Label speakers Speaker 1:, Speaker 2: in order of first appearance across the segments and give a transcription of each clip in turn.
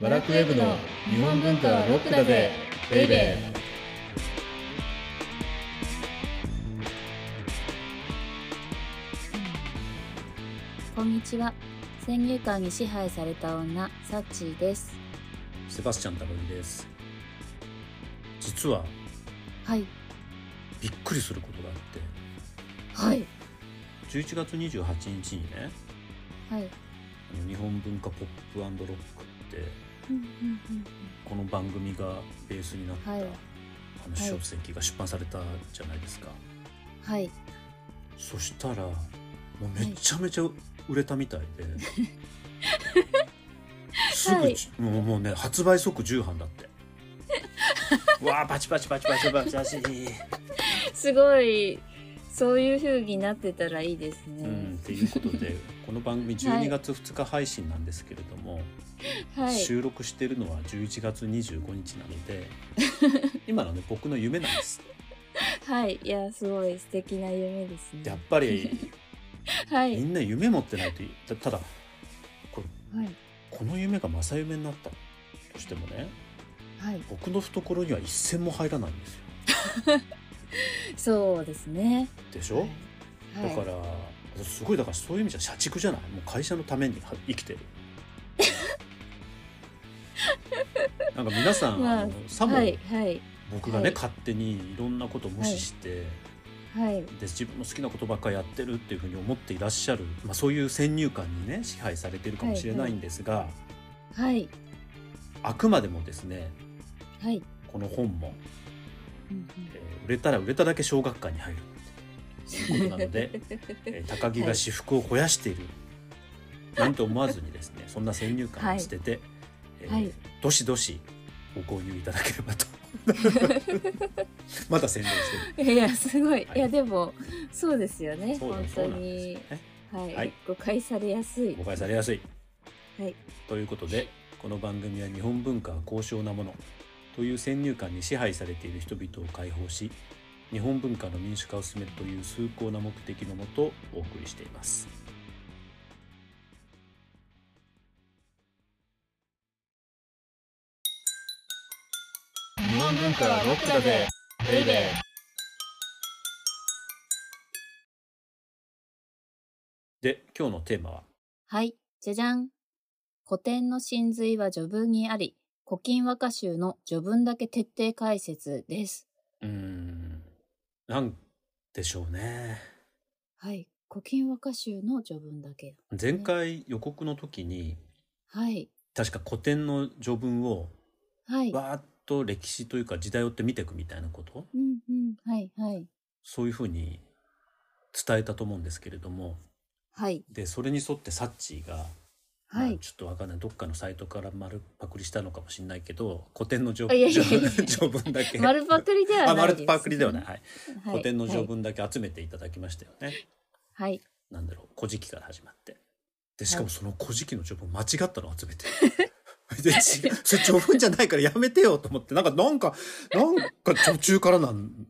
Speaker 1: バラクウェブの日本文化はロックだぜベイベー
Speaker 2: こんにちは先入観に支配された女サッチーです
Speaker 3: セバスチャン高木です実は
Speaker 2: はい
Speaker 3: びっくりすることがあっ
Speaker 2: はい
Speaker 3: て11月28日にね
Speaker 2: はい
Speaker 3: あの日本文化ポップロックって
Speaker 2: うんうん
Speaker 3: この番組がベースになった、
Speaker 2: はい
Speaker 3: あの書籍が出版されたじゃないですか、
Speaker 2: うんはい
Speaker 3: そしたらもうめちゃめちゃ売れたみたいで、すぐじ、もうもうね発売即重版だって うわあパチパチパチパチパチパチ
Speaker 2: すごいそういう風になってたらいいですね、
Speaker 3: うん、ということで この番組
Speaker 2: はい
Speaker 3: 12月2日配信なんですけれども、
Speaker 2: はい
Speaker 3: 収録してるのは11月25日な ので今のね僕の夢なんです
Speaker 2: はいいやすごい素敵な夢ですね
Speaker 3: やっ ぱり
Speaker 2: は
Speaker 3: み
Speaker 2: い
Speaker 3: んな夢持ってないといたただ
Speaker 2: はい
Speaker 3: この夢が正夢になったとしてもね
Speaker 2: はい
Speaker 3: 僕の懐には一銭も入らないんですよ
Speaker 2: そうですね
Speaker 3: でしょ、
Speaker 2: はい
Speaker 3: だからすごいだからそういう意味じゃ社畜じゃないもう会社のためには生 きてるなんか皆さん、
Speaker 2: まあ
Speaker 3: あのさも、
Speaker 2: はいはい
Speaker 3: 僕がね、
Speaker 2: はい
Speaker 3: 勝手にいろんなことを無視して、
Speaker 2: はい
Speaker 3: で自分の好きなことばっかりやってるっていうふうに思っていらっしゃる、まあ、そういう先入観にね支配されてるかもしれないんですが、
Speaker 2: はい
Speaker 3: あくまでもですね
Speaker 2: はい、
Speaker 3: この本も、
Speaker 2: うん
Speaker 3: えー売れたら売れただけ小学館に入るということな ので、えー高木が私服を肥やしている、なんて思わずにですねそんな先入観を捨てて、えー
Speaker 2: はい
Speaker 3: どしどしご購入いただければと まだ宣伝してる。
Speaker 2: うんいやすごい、い、
Speaker 3: は
Speaker 2: や
Speaker 3: い
Speaker 2: でもそうですよね
Speaker 3: そうな
Speaker 2: 本
Speaker 3: んそう
Speaker 2: 当
Speaker 3: なんです
Speaker 2: に
Speaker 3: よね。
Speaker 2: はい、
Speaker 3: はい
Speaker 2: 誤解されやすい
Speaker 3: 誤解されやすい。
Speaker 2: はい
Speaker 3: ということでこの番組は日本文化は高尚なものという先入観に支配されている人々を解放し日本文化の民主化を進めるという崇高な目的のもとお送りしています。
Speaker 1: 日本文化はロックだぜベイベ
Speaker 3: で今日のテーマは
Speaker 2: はい、じゃじゃん。古典の真髄は序文にあり、古今和歌集の序文だけ徹底解説です。
Speaker 3: うーんなんでしょうね。
Speaker 2: はい、古今和歌集の序文だけ。
Speaker 3: 前回予告の時に
Speaker 2: はい、
Speaker 3: 確か古典の序文を
Speaker 2: はい。
Speaker 3: わーっと歴史というか時代を追って見ていくみたいなこと
Speaker 2: うんうん、はい、はい。
Speaker 3: そういうふうに伝えたと思うんですけれども
Speaker 2: はい、
Speaker 3: でそれに沿ってサッチーが、
Speaker 2: は
Speaker 3: まあ
Speaker 2: い。
Speaker 3: ちょっとわかんないどっかのサイトから丸パクリしたのかもしれないけど古典の
Speaker 2: あいや
Speaker 3: 序
Speaker 2: いやい やいや
Speaker 3: 序文だけ
Speaker 2: 丸パクリではない
Speaker 3: あ
Speaker 2: です。
Speaker 3: 丸パクリではない、はい
Speaker 2: はい。
Speaker 3: 古典の序
Speaker 2: はい。
Speaker 3: 文だけ集めていただきましたよね、
Speaker 2: はい、
Speaker 3: なんだろう「古事記」から始まってでしかもその「古事記」の序文間違ったの 集めて。で違うそれ序文じゃないからやめてよと思ってなんかなんかなんか途中からなん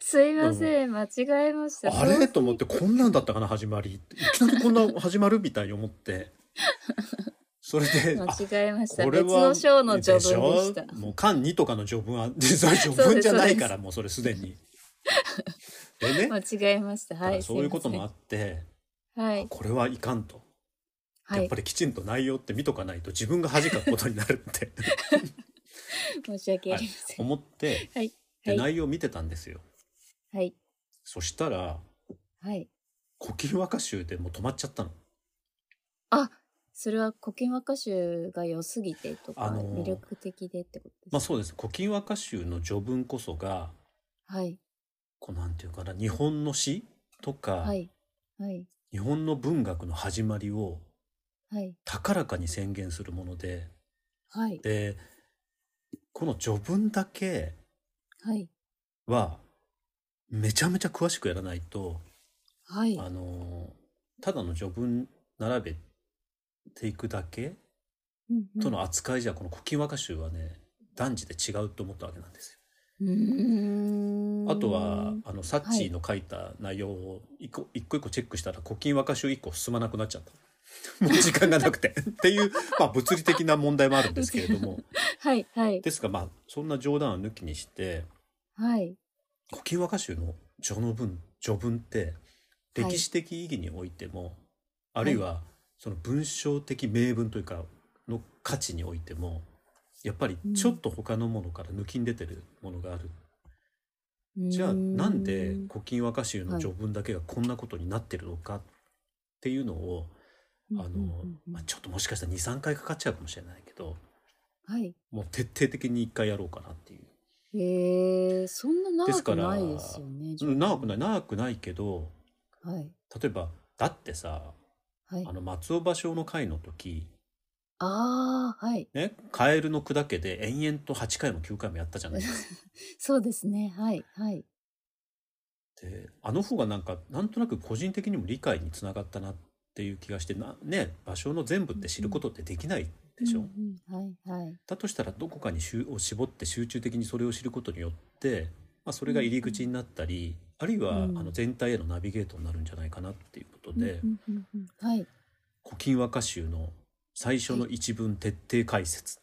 Speaker 2: すいません、間違えました。
Speaker 3: あれと思ってこんなんだったかな始まりいきなりこんな始まるみたいに思ってそれであ
Speaker 2: 間違えました。
Speaker 3: これ
Speaker 2: 別
Speaker 3: は
Speaker 2: の章の序文でし。
Speaker 3: したょもう巻2とかの序文は実は序文じゃないから
Speaker 2: そうですそうです
Speaker 3: もうそれすで に。でね、
Speaker 2: 間違えました。
Speaker 3: だか
Speaker 2: は
Speaker 3: ら
Speaker 2: い。
Speaker 3: そういうこともあ
Speaker 2: っ
Speaker 3: って
Speaker 2: て。はい。
Speaker 3: これはいかんと、
Speaker 2: は
Speaker 3: やっ
Speaker 2: い
Speaker 3: ぱ。りきちんと内容って見とかないと自分が恥かくことになるって
Speaker 2: 申し訳ありません。
Speaker 3: 思って
Speaker 2: はい。
Speaker 3: で
Speaker 2: はい。
Speaker 3: 内容を見てたんですよ。
Speaker 2: はい。
Speaker 3: そしたら
Speaker 2: はい。
Speaker 3: 「古今和歌集」でもう止まっちゃったの。
Speaker 2: あそれは古今和歌集が良すぎてとか、
Speaker 3: あのー
Speaker 2: 魅力的でってことですか、
Speaker 3: まあそうです「古今和歌集」の序文こそが
Speaker 2: はい
Speaker 3: こうなんていうかな日本の詩とか、
Speaker 2: はいはい
Speaker 3: 日本の文学の始まりを
Speaker 2: はい
Speaker 3: 高らかに宣言するもので
Speaker 2: はい
Speaker 3: でこの序文だけ
Speaker 2: はい
Speaker 3: はめちゃめちゃ詳しくやらないと、
Speaker 2: はい
Speaker 3: あのただの序文並べていくだけ
Speaker 2: うんうん
Speaker 3: との扱いじゃ、この「古今和歌集」はね断じて違うと思ったわけなんですよ。
Speaker 2: うーん
Speaker 3: あとはあのサッチーの書いた内容を一個一個一個チェックしたら「古今和歌集」一個進まなくなっちゃった。もう時間がなくてっていう、まあ、物理的な問題もあるんですけれども
Speaker 2: はいはい
Speaker 3: ですがまあそんな冗談を抜きにして
Speaker 2: はい
Speaker 3: 「古今和歌集」の序の文序文って
Speaker 2: はい
Speaker 3: 歴史的意義においても、あるいはその文章的名文というかの価値においてもやっぱりちょっと他のものから抜きん出てるものがある、じゃあなんで「古今和歌集」の序文だけがこんなことになってるのかっていうのを、
Speaker 2: うん
Speaker 3: あ
Speaker 2: うんうん
Speaker 3: の
Speaker 2: うん
Speaker 3: まあ、ちょっともしかしたら23回かかっちゃうかもしれないけど
Speaker 2: はい
Speaker 3: もう徹底的に1回やろうかなっていう。
Speaker 2: へえそんな
Speaker 3: です
Speaker 2: 長
Speaker 3: か
Speaker 2: く
Speaker 3: ら
Speaker 2: ないですよね
Speaker 3: うん長く
Speaker 2: な
Speaker 3: ない長くないけど
Speaker 2: はい
Speaker 3: 例えばだってさ
Speaker 2: はい
Speaker 3: あの松尾芭蕉の会の時
Speaker 2: ああはい
Speaker 3: ねカエルの砕けで延々と8回も9回もやったじゃな いですか。
Speaker 2: そうですねはいはい
Speaker 3: であの方がなんかなんとなく個人的にも理解につながったなっていう気がしてなね芭蕉の全部って知ることってできないでしょ。
Speaker 2: うんうんはいはい
Speaker 3: だとしたらどこかに集を絞って集中的にそれを知ることによって、まあ、それが入り口になったり、あるいは、
Speaker 2: うん
Speaker 3: あの全体へのナビゲートになるんじゃないかなっていうことで
Speaker 2: うんうんうんうんはい
Speaker 3: 「古今和歌集」の最初の一文徹底解説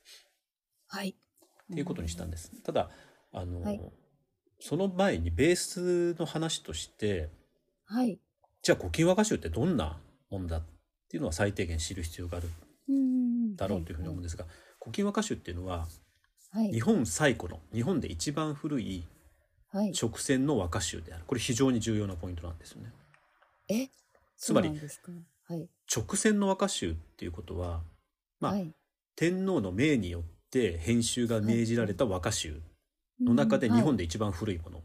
Speaker 2: はい
Speaker 3: っていうことにしたん
Speaker 2: で
Speaker 3: です。ただあの、
Speaker 2: はい
Speaker 3: その前にベースの話として
Speaker 2: はい
Speaker 3: じゃあ「古今和歌集」ってどんなもんだっていうのは最低限知る必要があるだろうというふうに思うん
Speaker 2: で
Speaker 3: ですが「古今和歌集」っていうのは
Speaker 2: すはい
Speaker 3: 日本最古の日本で一番古い
Speaker 2: はい
Speaker 3: 直線の和歌集であるこれ非常に重要なポイントなんですよね
Speaker 2: え
Speaker 3: つまり
Speaker 2: そうなんですかはい
Speaker 3: 直線の和歌集っていうことは、まあ
Speaker 2: はい
Speaker 3: 天皇の命によって編集が命じられた和歌集の中で日本で一番古いもの、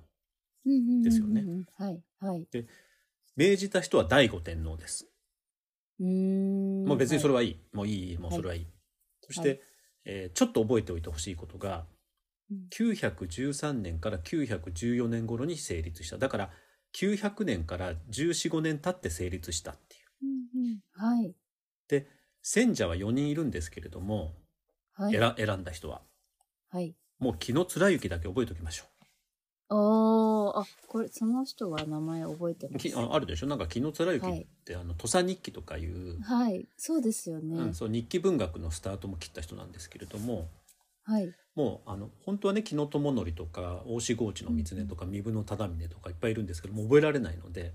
Speaker 3: ですよね
Speaker 2: うんうんうんうんはいはい
Speaker 3: 命じた人は醍醐天皇です
Speaker 2: うーん
Speaker 3: もう別にそれ
Speaker 2: は
Speaker 3: はいい、もういいもうそれはいい、そして、
Speaker 2: は
Speaker 3: えーちょっと覚えておいてほしいことが
Speaker 2: うん
Speaker 3: 913年から914年頃に成立しただから900年から1415年経って成立したっていう
Speaker 2: いうんうんはい
Speaker 3: 選者は4人いるんですけれども、
Speaker 2: はい
Speaker 3: 選選んだ人は
Speaker 2: はい
Speaker 3: もう紀野貫之だけ覚えておきましょ
Speaker 2: おーあこれその人は名前覚えて
Speaker 3: う。
Speaker 2: ます
Speaker 3: きああるでしょなんか紀野貫之
Speaker 2: は
Speaker 3: っ
Speaker 2: い
Speaker 3: て、あの土佐日記とかいう,、
Speaker 2: はいそうですよね、
Speaker 3: うん、そう日記文学のスタートも切った人なんですけれども
Speaker 2: はい
Speaker 3: もうあの本当はね紀野智則とか大志郷地の光音とか身分の忠峰とかいっぱいいるんですけどもう覚えられないので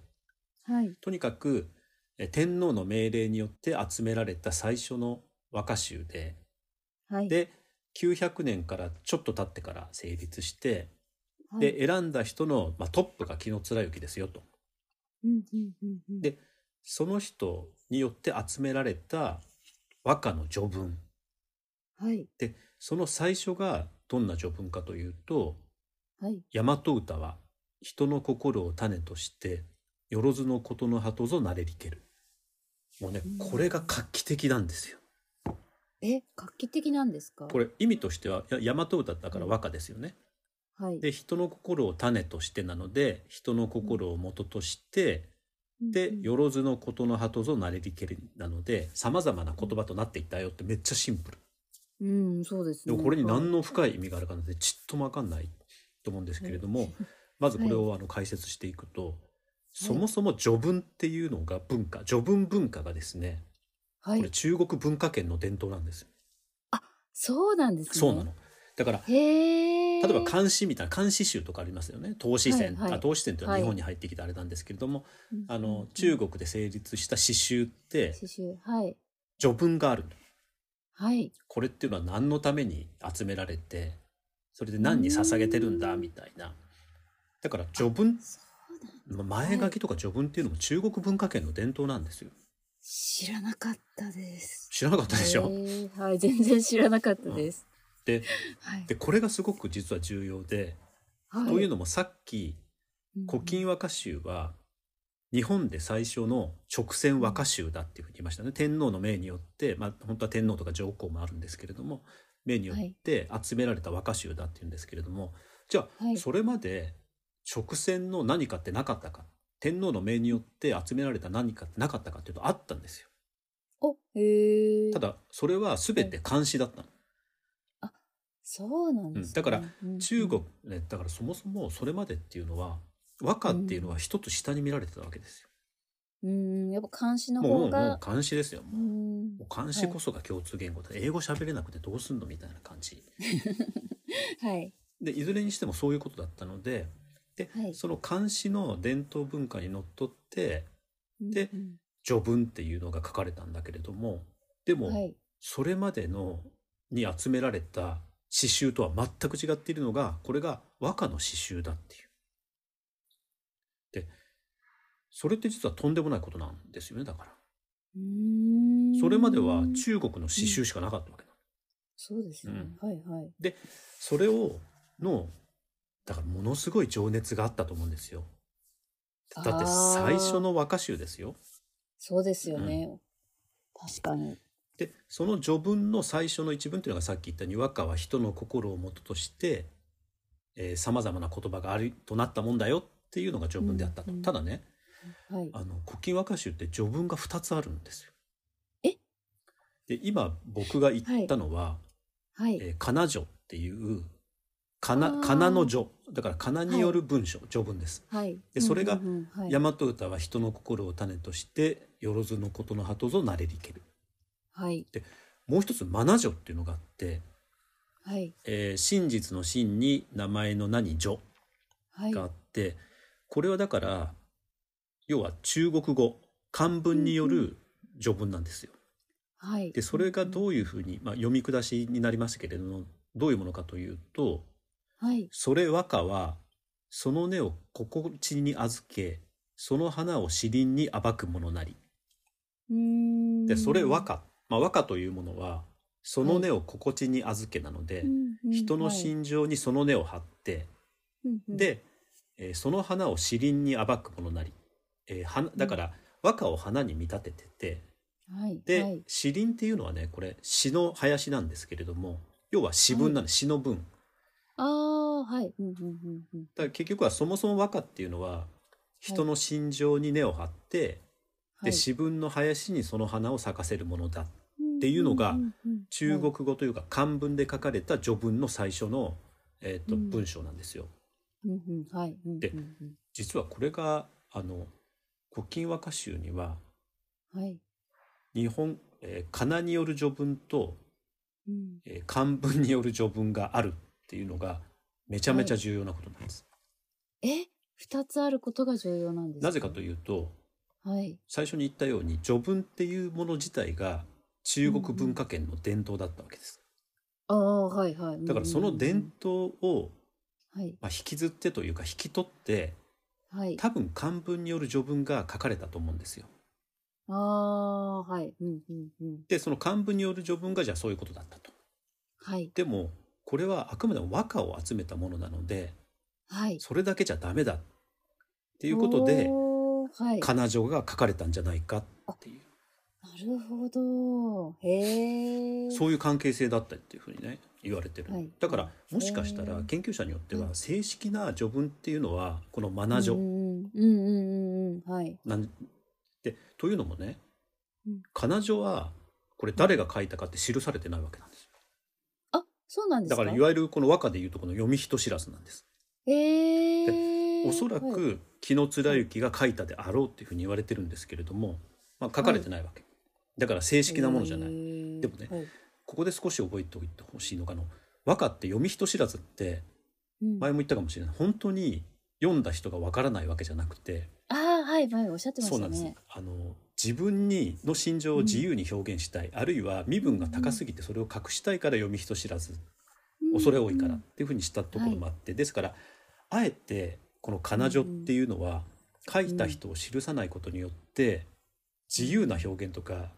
Speaker 2: はい
Speaker 3: とにかくえ天皇の命令によって集められた最初の和歌集で
Speaker 2: はい
Speaker 3: で900年からちょっと経ってから成立して
Speaker 2: はい
Speaker 3: で選んだ人の、まあ、トップが紀野貫之ですよと。
Speaker 2: うんうんうんうん
Speaker 3: でその人によって集められた和歌の序文
Speaker 2: はい
Speaker 3: でその最初がどんな序文かというと
Speaker 2: はい
Speaker 3: 「大和歌は人の心を種としてよろずのことの葉とぞなれりける」もうね
Speaker 2: うん
Speaker 3: これが画期的なんですよ。
Speaker 2: え画期的なんですか
Speaker 3: これ意味としてはや大和歌だから和歌ですよね。
Speaker 2: はい
Speaker 3: で人の心を種としてなので人の心を元としてで
Speaker 2: うんうん
Speaker 3: 「よろずのことの葉とぞなれりけり」なのでさまざまな言葉となっていったよってめっちゃシンプル。
Speaker 2: うんそうです
Speaker 3: で
Speaker 2: ね
Speaker 3: もこれに何
Speaker 2: の
Speaker 3: の深い意味があるかなんてちっとも分かんないと思うんですけれども、まずこれをあの解説していくと、そもそも序文っていうのが文化序文文化がですね
Speaker 2: は
Speaker 3: これ
Speaker 2: い
Speaker 3: 中国文化圏の伝統なんですよ、
Speaker 2: そうなんですね
Speaker 3: そうなのだから
Speaker 2: へえ
Speaker 3: 例えば漢詩みたいな漢詩集とかありますよね唐詩選、
Speaker 2: はいはい
Speaker 3: あ唐詩選というのは
Speaker 2: はい
Speaker 3: 日本に入ってきたあれなんですけれども、
Speaker 2: うん
Speaker 3: あ
Speaker 2: うんう
Speaker 3: の
Speaker 2: ん
Speaker 3: 中国で成立した詩集って
Speaker 2: 刺繍はい
Speaker 3: 序文がある
Speaker 2: はい
Speaker 3: これっていうのは何のために集められてそれで何に捧げてるんだみたいなだから序文
Speaker 2: そうなん
Speaker 3: ま前書きとか序文っていうのも中国文化圏の伝統なんですよ
Speaker 2: 知らなかったです
Speaker 3: 知らなかったでし
Speaker 2: へ
Speaker 3: ょ、
Speaker 2: ーはい全然知らなかったです、
Speaker 3: で
Speaker 2: はい
Speaker 3: でこれがすごく実は重要で、
Speaker 2: はい
Speaker 3: というのもさっき「古
Speaker 2: うん
Speaker 3: 今和歌集」は日本で最初の直線和歌集だっていうふうに言いましたね天皇の命によって、まあ、本当は天皇とか上皇もあるんですけれども命によって集められた和歌集だっていうんですけれども、じゃあ
Speaker 2: はい
Speaker 3: それまで直線の何かってなかったか天皇の命によって集められた何かってなかったかっていうとあったんですよ
Speaker 2: おへえ
Speaker 3: ただそれは全て漢詩だったの、
Speaker 2: そうなんです、ね
Speaker 3: うんだから
Speaker 2: うんうん
Speaker 3: 中国ねだからそもそもそれまでっていうのは和歌っていうのは一つ下に見られてたわけですよ、
Speaker 2: うんやっぱ監視の
Speaker 3: もう
Speaker 2: 方
Speaker 3: もうもう
Speaker 2: が
Speaker 3: 漢詩ですよ
Speaker 2: う
Speaker 3: もう、
Speaker 2: ん
Speaker 3: もう漢詩こそが共通言語で英語喋れなくてどうすんのみたいな感じ
Speaker 2: はい。
Speaker 3: でいずれにしてもそういうことだったのでで、
Speaker 2: はい
Speaker 3: その漢詩の伝統文化にのっとってで
Speaker 2: うん
Speaker 3: 序文っていうのが書かれたんだけれどもで
Speaker 2: うん
Speaker 3: も、
Speaker 2: はい。
Speaker 3: それまでのに集められた詩集とは全く違っているのがこれが和歌の詩集だっていう。でそれって実はとんでもないことなんですよねだから。
Speaker 2: うーん
Speaker 3: それまでは中国の詩集しかなかったわけなの。
Speaker 2: そうですよね。はいはい。
Speaker 3: それをのだからものすごい情熱があったと思うんですよ。だって
Speaker 2: あー
Speaker 3: 最初の和歌集ですよ。
Speaker 2: そうですよね。確かに。
Speaker 3: でその序文の最初の一文というのがさっき言った「にわかは人の心を元としてさまざまな言葉がありとなったもんだよ」っていうのが序文であったと、
Speaker 2: うんうん
Speaker 3: ただね
Speaker 2: はい。
Speaker 3: あの古今和歌集って序文が2つあるんですよ。
Speaker 2: え
Speaker 3: で今僕が言ったのは「
Speaker 2: はい。
Speaker 3: えーかな序」っていう「かな
Speaker 2: あー
Speaker 3: かなの序」だから「かな」による文章、序文です。
Speaker 2: はい。
Speaker 3: でそれが
Speaker 2: うんうんうんはい
Speaker 3: 大和歌は人の心を種としてよろずのことの葉とぞなれりける
Speaker 2: はい。
Speaker 3: もう一つ「まな序」っていうのがあって
Speaker 2: はい。
Speaker 3: えー真実の真に名前の何女
Speaker 2: はい。
Speaker 3: があって、これはだから要は中国語漢文による序文なんですよ。
Speaker 2: はい。
Speaker 3: でそれがどういうふうに、まあ、読み下しになりましたけれどもどういうものかというと
Speaker 2: はい。
Speaker 3: 「それ和歌はその根を心地に預けその花を詩林に暴くものなり」
Speaker 2: うーん
Speaker 3: でそれ和。歌、まあ、和歌というものはその根を心地に預けなので、
Speaker 2: うんうん
Speaker 3: 人の心情にその根を張って、
Speaker 2: はいうんうん
Speaker 3: で、えーその花を詩林に暴くものなり、えー花だから和歌を花に見立ててて
Speaker 2: はい。
Speaker 3: で、
Speaker 2: はい
Speaker 3: 詩林っていうのはねこれ詩の林なんですけれども要は詩文なの、詩の文だ
Speaker 2: ああ、はい。うんうんうんうん
Speaker 3: から結局はそもそも和歌っていうのは人の心情に根を張って、
Speaker 2: は
Speaker 3: で
Speaker 2: い
Speaker 3: 詩文の林にその花を咲かせるものだていうのが
Speaker 2: んんうん
Speaker 3: 中
Speaker 2: は
Speaker 3: 国語というか漢文で書かれた序文の最初の、えーと
Speaker 2: うん
Speaker 3: 文章なんですよ。
Speaker 2: いうんうんはいうんうんうん
Speaker 3: で実はこれがあの古今和歌集には
Speaker 2: はい
Speaker 3: 日本、えー、かなによる序文と、
Speaker 2: うん
Speaker 3: えー漢文による序文があるっていうのがめちゃめちゃ重要なことなんです。
Speaker 2: え二つあることが重要なんです
Speaker 3: なぜかと
Speaker 2: いう
Speaker 3: いうと
Speaker 2: はい
Speaker 3: 最初に言ったように序文っていうもの自体が中国文化圏の伝統だったわけです。
Speaker 2: ああはいはい
Speaker 3: だからその伝統を、
Speaker 2: うんうんうん
Speaker 3: まあ、引きずってというか引き取って
Speaker 2: はいはい
Speaker 3: 多分漢文による序文が書かれたと思うんですよ。
Speaker 2: ああはいうんうんうん
Speaker 3: でその漢文による序文がじゃあそういうことだったと。
Speaker 2: はい
Speaker 3: でもこれはあくまでも和歌を集めたものなので
Speaker 2: はい
Speaker 3: それだけじゃダメだって
Speaker 2: と
Speaker 3: いうことで
Speaker 2: はい
Speaker 3: 彼女が書かれたんじゃないかっていう、
Speaker 2: なるほどへえ
Speaker 3: そういう関係性だったっていうふうにね言われてる、
Speaker 2: はい
Speaker 3: だからもしかしたら
Speaker 2: へー
Speaker 3: 研究者によって
Speaker 2: は
Speaker 3: は正式な序文っていうのはこの「マナ
Speaker 2: う
Speaker 3: 序
Speaker 2: んうんうんうんうんはい」
Speaker 3: なんでというのもね
Speaker 2: うん
Speaker 3: 「かな序」はこれ誰が書いたかって記されてないわけなんですよ
Speaker 2: あそうなんです
Speaker 3: だ
Speaker 2: か
Speaker 3: からいわゆるこの和歌でいうとこの読み人知らずなんです
Speaker 2: へえ
Speaker 3: おそら
Speaker 2: はい
Speaker 3: く紀貫之が書いたであろうっていうふうに言われてるんですけれども、まあ、書かれてないわけ、だから正式なものじゃない、
Speaker 2: へー
Speaker 3: でもね
Speaker 2: はい
Speaker 3: ここで少し覚えておいてほしいのがあの和歌って読み人知らずって
Speaker 2: うん
Speaker 3: 前も言ったかもしれない本当に読んだ人がわからないわけじゃなくて、
Speaker 2: ああはい前おっしゃってま
Speaker 3: そう
Speaker 2: し
Speaker 3: な
Speaker 2: た
Speaker 3: んです
Speaker 2: ね
Speaker 3: あの自分にの心情を自由に表現したい、あるいは身分が高すぎてそれを隠したいから読み人知らず恐れ多いからっていうふうにしたところもあって、ですからあえてこの「かなじょ」っていうのは書いた人を記さないことによって自由な表現とか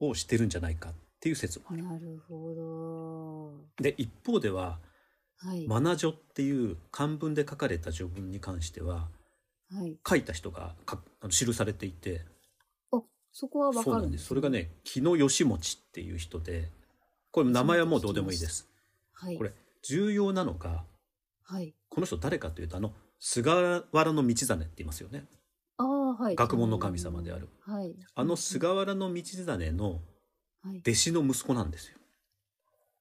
Speaker 3: をしてるんじゃないかっていう説もある。
Speaker 2: なるほど
Speaker 3: で一方では
Speaker 2: はい
Speaker 3: 「まなじょ」っていう漢文で書かれた序文に関しては
Speaker 2: はい
Speaker 3: 書いた人がかあの記されていて
Speaker 2: あそこはわか
Speaker 3: そうな
Speaker 2: る
Speaker 3: んですそれがね木野義持っていう人でこれ名前はもうどうでもいいです。
Speaker 2: はい
Speaker 3: これ重要なのが
Speaker 2: はい
Speaker 3: この人誰かというとあの菅原道真って言いますよね
Speaker 2: ああはい
Speaker 3: 学問の神様である
Speaker 2: はい
Speaker 3: あの菅原道真の
Speaker 2: はい
Speaker 3: 弟子の息子なんですよ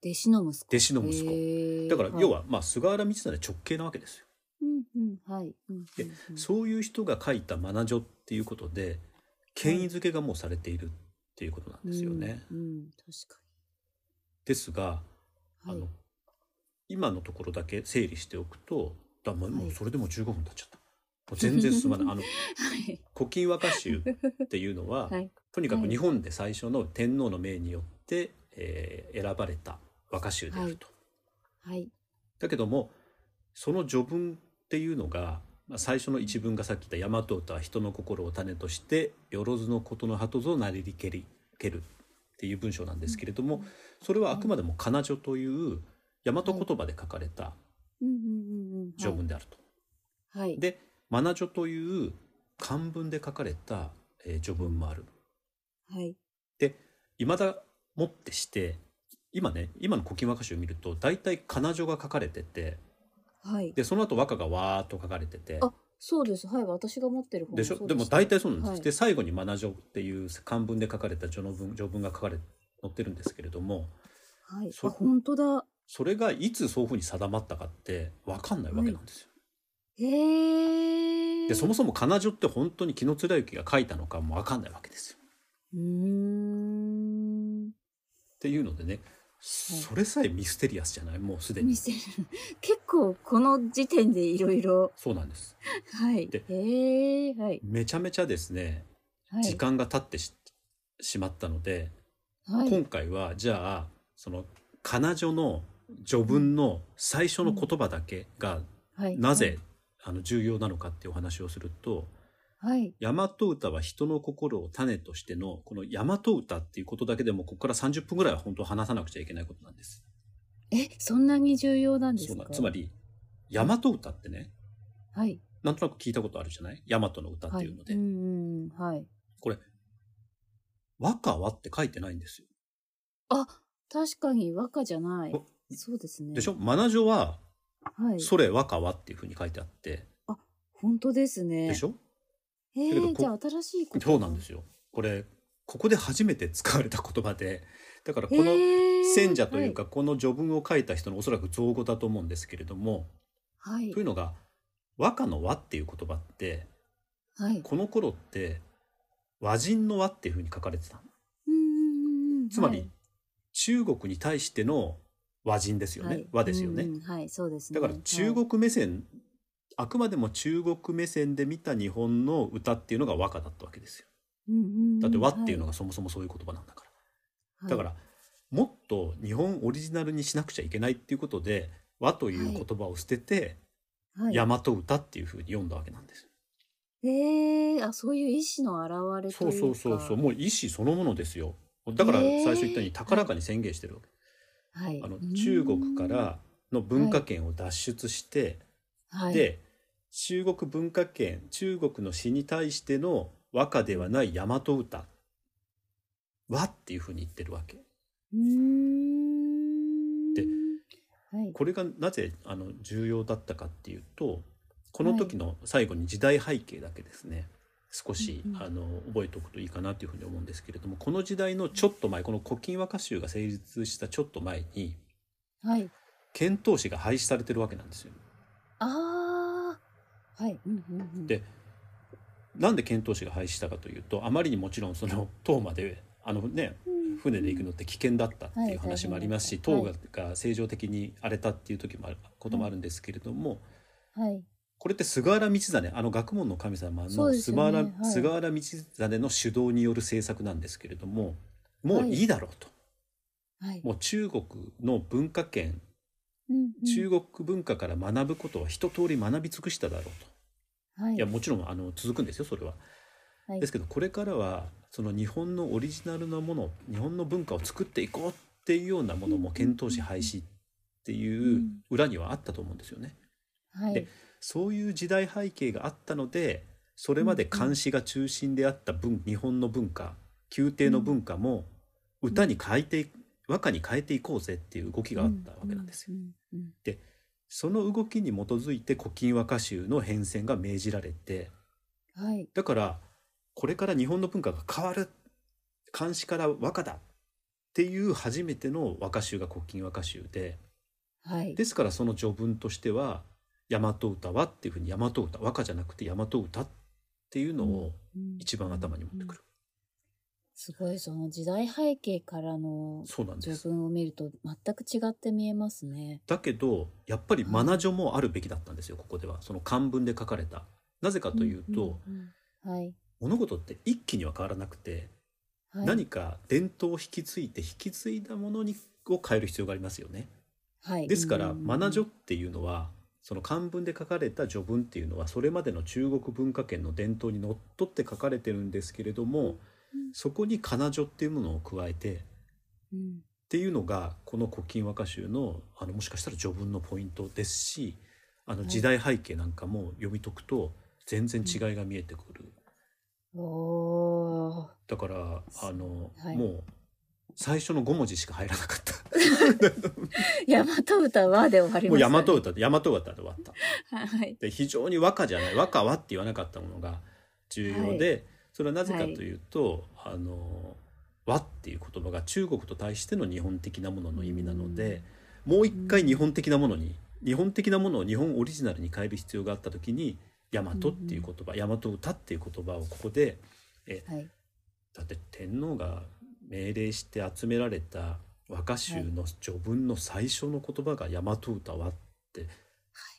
Speaker 2: 弟子の息子
Speaker 3: 弟子の息子
Speaker 2: 子
Speaker 3: だから要はまあ菅原道真直系なわけですよ
Speaker 2: うんうんはいうんうん
Speaker 3: で
Speaker 2: うん
Speaker 3: そういう人が書いた「マナジョ」っていうことで権威づけがもうされているってっていうことなんですよね。
Speaker 2: うん、うん確か
Speaker 3: ですが、
Speaker 2: に。
Speaker 3: あ
Speaker 2: は
Speaker 3: の
Speaker 2: い。
Speaker 3: 今のところだけ整理しておくとだもう
Speaker 2: はい
Speaker 3: もうそれでも15分経っちゃった。もう全然進 まない。あ
Speaker 2: は
Speaker 3: の
Speaker 2: い。
Speaker 3: 古今和歌集っていうのは、
Speaker 2: はい。
Speaker 3: とにか
Speaker 2: は
Speaker 3: く
Speaker 2: い
Speaker 3: 日本で最初の天皇の命によって、えー選ばれた和歌集であると。
Speaker 2: はい。
Speaker 3: だけどもその序文っていうのが、まあ、最初の一文がさっき言った「大和歌は人の心を種としてよろずのことの鳩ぞなりりけりける」っていう文章なんですけれども、それはあくまでも「かなじょ」という大和言葉で書かれた
Speaker 2: うんうんうんうん。
Speaker 3: 序文であると。
Speaker 2: はい。はい。
Speaker 3: で「まなじょ」という漢文で書かれた、えー序文もある。
Speaker 2: はい。
Speaker 3: 未だもってして今ね今の「古今和歌集」を見ると大体「かなじょ」が書かれてて
Speaker 2: はい。
Speaker 3: でその後和歌がわーっと書かれてて。
Speaker 2: あそうです。はい。私が持ってる本
Speaker 3: でしょ
Speaker 2: そう
Speaker 3: でも大体そうなんです、
Speaker 2: はい
Speaker 3: で最後に「マナジョ」っていう漢文で書かれた序の文序文が書かれ載ってるんですけれども
Speaker 2: はい。
Speaker 3: そ
Speaker 2: あ、本当だ。
Speaker 3: それがいつそういうふうに定まったかって分かんないわけなんですよ。
Speaker 2: へえ。
Speaker 3: でそもそも「カナジョ」って本当に紀貫之が書いたのかも分かんないわけですよ。
Speaker 2: うーん。
Speaker 3: っていうのでねそれさえミステリアスじゃないもうすでに
Speaker 2: 見。せる。結構この時点でいろいろ。
Speaker 3: そうなんです
Speaker 2: はい
Speaker 3: で。
Speaker 2: へえ。はい。
Speaker 3: めちゃめちゃですね
Speaker 2: はい。
Speaker 3: 時間が経ってし,、しまったので、
Speaker 2: はい。
Speaker 3: 今回はじゃあその「カナジョ」の序文の最初の言葉だけが
Speaker 2: はい。
Speaker 3: なぜ、あの重要なのかっていうお話をすると
Speaker 2: はい。
Speaker 3: 大和歌は人の心を種としてのこの大和歌っていうことだけでもここから30分ぐらいは本当は話さなくちゃいけないことなんです。
Speaker 2: え、そんなに重要なんで
Speaker 3: そ
Speaker 2: す
Speaker 3: うな
Speaker 2: か
Speaker 3: んつま。り大和歌ってね
Speaker 2: はい。
Speaker 3: なんとなく聞いたことあるじゃない大和の歌っ
Speaker 2: は
Speaker 3: て
Speaker 2: い。
Speaker 3: いうので、
Speaker 2: うんうん。はい。
Speaker 3: これ「和歌は」って書いてないんですよ。
Speaker 2: あ、確かに和歌じゃない
Speaker 3: お。
Speaker 2: そうですね。
Speaker 3: でしょ「マナジョ」は
Speaker 2: は
Speaker 3: 「
Speaker 2: い。
Speaker 3: それ和歌は」っていうふうに書いてあって
Speaker 2: 本当ですね。
Speaker 3: でしょ
Speaker 2: ええ
Speaker 3: だけどこ
Speaker 2: じゃあ新しいこと。
Speaker 3: そうなんですよ。これここで初めて使われた言葉でだからこの、
Speaker 2: へえ
Speaker 3: 選者というか、この序文を書いた人のおそらく造語だと思うんですけれども、
Speaker 2: はい。はい
Speaker 3: というのが和歌の和っていう言葉って
Speaker 2: はい。
Speaker 3: この頃って和人の和っていうふうに書かれてた
Speaker 2: うんうんうんうん
Speaker 3: つまり、
Speaker 2: はい
Speaker 3: 中国に対しての和人ですよね、
Speaker 2: はい
Speaker 3: 和ですよね、
Speaker 2: うんうんはい、そうですね。
Speaker 3: だから中国目線、あくまでも中国目線で見た日本の歌っていうのが和歌だったわけですよだって和っていうの
Speaker 2: が、
Speaker 3: がそもそもそういう言葉なんだから、
Speaker 2: はい
Speaker 3: だからもっと日本オリジナルにしなくちゃいけないっていうことで和という言葉を捨てて、
Speaker 2: はい
Speaker 3: 大和歌っていうふうに読んだわけなんです、
Speaker 2: へえあ、そういう意志の表れと
Speaker 3: そ
Speaker 2: いううか。
Speaker 3: そうそうそうもう意思そのものですよだから
Speaker 2: へー
Speaker 3: 最初言ったように高らかに宣言してるわけ、
Speaker 2: はい。
Speaker 3: あの
Speaker 2: うん
Speaker 3: 中国か、らの文化圏を脱出して、
Speaker 2: はい、
Speaker 3: で中国文化圏中国の詩に対しての和歌ではない大和歌和っていうふうに言ってるわけ
Speaker 2: うーん。
Speaker 3: で
Speaker 2: はい。
Speaker 3: これがなぜあの重要だったかっていうとこの時の最後に時代背景だけですね、少し
Speaker 2: うんうん
Speaker 3: あの覚えておくといいかなというふうに思うんですけれどもこの時代のちょっと前この「古今和歌集」が成立したちょっと前に
Speaker 2: はい。
Speaker 3: 遣唐使が廃止されてるわけなんですよ。
Speaker 2: ああ。はい。うんうんうん。
Speaker 3: でなんで遣唐使が廃止したかというとあまりにもちろんその唐まであのね
Speaker 2: うん
Speaker 3: 船で行くのって危険だったって
Speaker 2: はい
Speaker 3: いう話もありますし
Speaker 2: はい
Speaker 3: 唐
Speaker 2: はいは
Speaker 3: がが正常的に荒れたっていう時もあることもあるんですけれども、
Speaker 2: はい。
Speaker 3: これって菅原道真あの学問の神様
Speaker 2: そ
Speaker 3: の
Speaker 2: うです
Speaker 3: 菅
Speaker 2: よね
Speaker 3: 原,、
Speaker 2: はい
Speaker 3: 菅原道真の主導による政策なんですけれどももういいだろうと、
Speaker 2: はい。
Speaker 3: もう中国の文化圏、
Speaker 2: うんうん
Speaker 3: 中国文化から学ぶことは一通り学び尽くしただろうと、
Speaker 2: はい
Speaker 3: い、やもちろんあの続くんですよそれは。
Speaker 2: はい
Speaker 3: ですけどこれからはその日本のオリジナルなもの日本の文化を作っていこうっていうようなものも遣唐使廃止っていう裏にはあったと思うんですよね。
Speaker 2: はい。
Speaker 3: でそういう時代背景があったのでそれまで漢詩が中心であった文、日本の文化宮廷の文化も歌に変えてい和歌に変えていこうぜっていう動きがあったわけなんですよ。
Speaker 2: よ。うんうん
Speaker 3: その動きに基づいて古今和歌集の変遷が命じられて
Speaker 2: うんはい。
Speaker 3: だからこれから日本の文化が変わる漢詩から和歌だっていう初めての和歌集が古今和歌集で
Speaker 2: はい。
Speaker 3: ですからその序文としては「大和歌は」っていうふうに「大和歌」和歌じゃなくて「大和歌」っていうのを
Speaker 2: うん
Speaker 3: 一番頭に持ってくる。
Speaker 2: すごいその時代背景からの
Speaker 3: そうなんで
Speaker 2: 序
Speaker 3: す
Speaker 2: 文を見ると全く違って見えますね。
Speaker 3: だけどやっぱりマナジョもあるべきだったんですよここではその漢文で書かれたなぜかというと、
Speaker 2: うんうんはい、
Speaker 3: 物事って一気には変わらなくて、
Speaker 2: はい、
Speaker 3: 何か伝統を引き継いで引き継いだものにを変える必要がありますよね
Speaker 2: はい、
Speaker 3: ですから
Speaker 2: うん
Speaker 3: マナジョっていうのはその漢文で書かれた序文っていうのはそれまでの中国文化圏の伝統にのっとって書かれてるんですけれども
Speaker 2: うん
Speaker 3: そこにカナジョっていうものを加えてっ
Speaker 2: うん
Speaker 3: ていうのがこの「古今和歌集の」あのもしかしたら序文のポイントですしあの
Speaker 2: はい
Speaker 3: 時代背景なんかも読み解くと全然違いが見えてくる。
Speaker 2: おー
Speaker 3: だからあの、
Speaker 2: はい
Speaker 3: もう最初の5文字しか入らなかった
Speaker 2: 大和歌はで終わり
Speaker 3: も
Speaker 2: ま
Speaker 3: う
Speaker 2: した、
Speaker 3: 大和歌で大和歌で終わっ た
Speaker 2: はい。
Speaker 3: で非常に和歌じゃない和歌はって言わなかったものが重要で、それはなぜかというと、あの和っていう言葉が中国と対しての日本的なものの意味なので、もう一回日本的なものに日本的なものを日本オリジナルに変える必要があった時に「大和」っていう言葉「大和歌」っていう言葉をここで
Speaker 2: はい。
Speaker 3: だって天皇が命令して集められた和歌集の序文の最初の言葉が「大和歌は」って、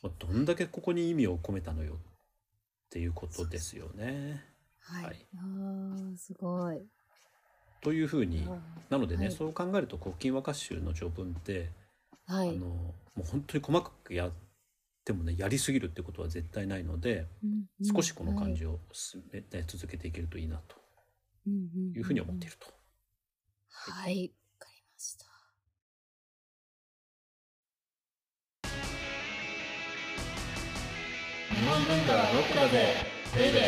Speaker 3: もうどんだけここに意味を込めたのよっていうことですよね。
Speaker 2: はい。
Speaker 3: はい
Speaker 2: ああ、すごい。
Speaker 3: というふうになのでね、
Speaker 2: はい
Speaker 3: そう考えると「古今和歌集」の序文って、
Speaker 2: は
Speaker 3: あ
Speaker 2: い
Speaker 3: の。もう本当に細かくやってもねやりすぎるってことは絶対ないので
Speaker 2: うんうん
Speaker 3: 少しこの感じ
Speaker 2: は
Speaker 3: を進め、ね続けていけるといいなと
Speaker 2: いうんんん
Speaker 3: いうふうに思っていると。
Speaker 2: はい。わかりました。
Speaker 1: 日本文化はロックだぜベイベー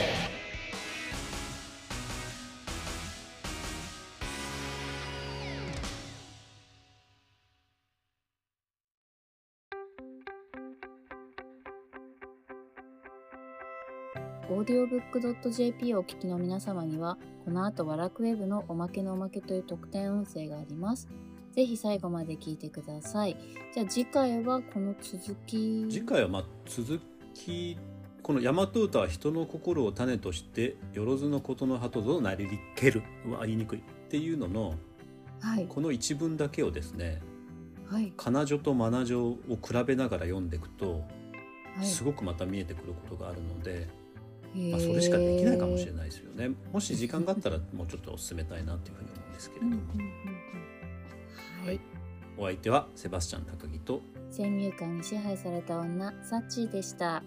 Speaker 2: オーディオブックドット JP をお聞きの皆様には、この後、ワラクウェブのおまけのおまけという特典音声があります。ぜひ最後まで聞いてください。じゃあ次回はこの続き。
Speaker 3: 次回はまあ続きこの「大和歌は人の心を種としてよろずのことの葉とぞなりりける」は言いにくいっていうのの
Speaker 2: はい。
Speaker 3: この一文だけをですね
Speaker 2: はい。
Speaker 3: 「かなじょとまなじょ」を比べながら読んでいくと
Speaker 2: はい。
Speaker 3: すごくまた見えてくることがあるので、
Speaker 2: へー
Speaker 3: まあ、それしかできないかもしれないですよね。もし時間があったらもうちょっと進めたいなというふうに思うんですけれ
Speaker 2: う
Speaker 3: ど
Speaker 2: んう
Speaker 3: も
Speaker 2: んうんうん
Speaker 3: は
Speaker 2: はいい。
Speaker 3: お相手はセバスチャン高木と
Speaker 2: 先入観に支配された女、サッチーでした。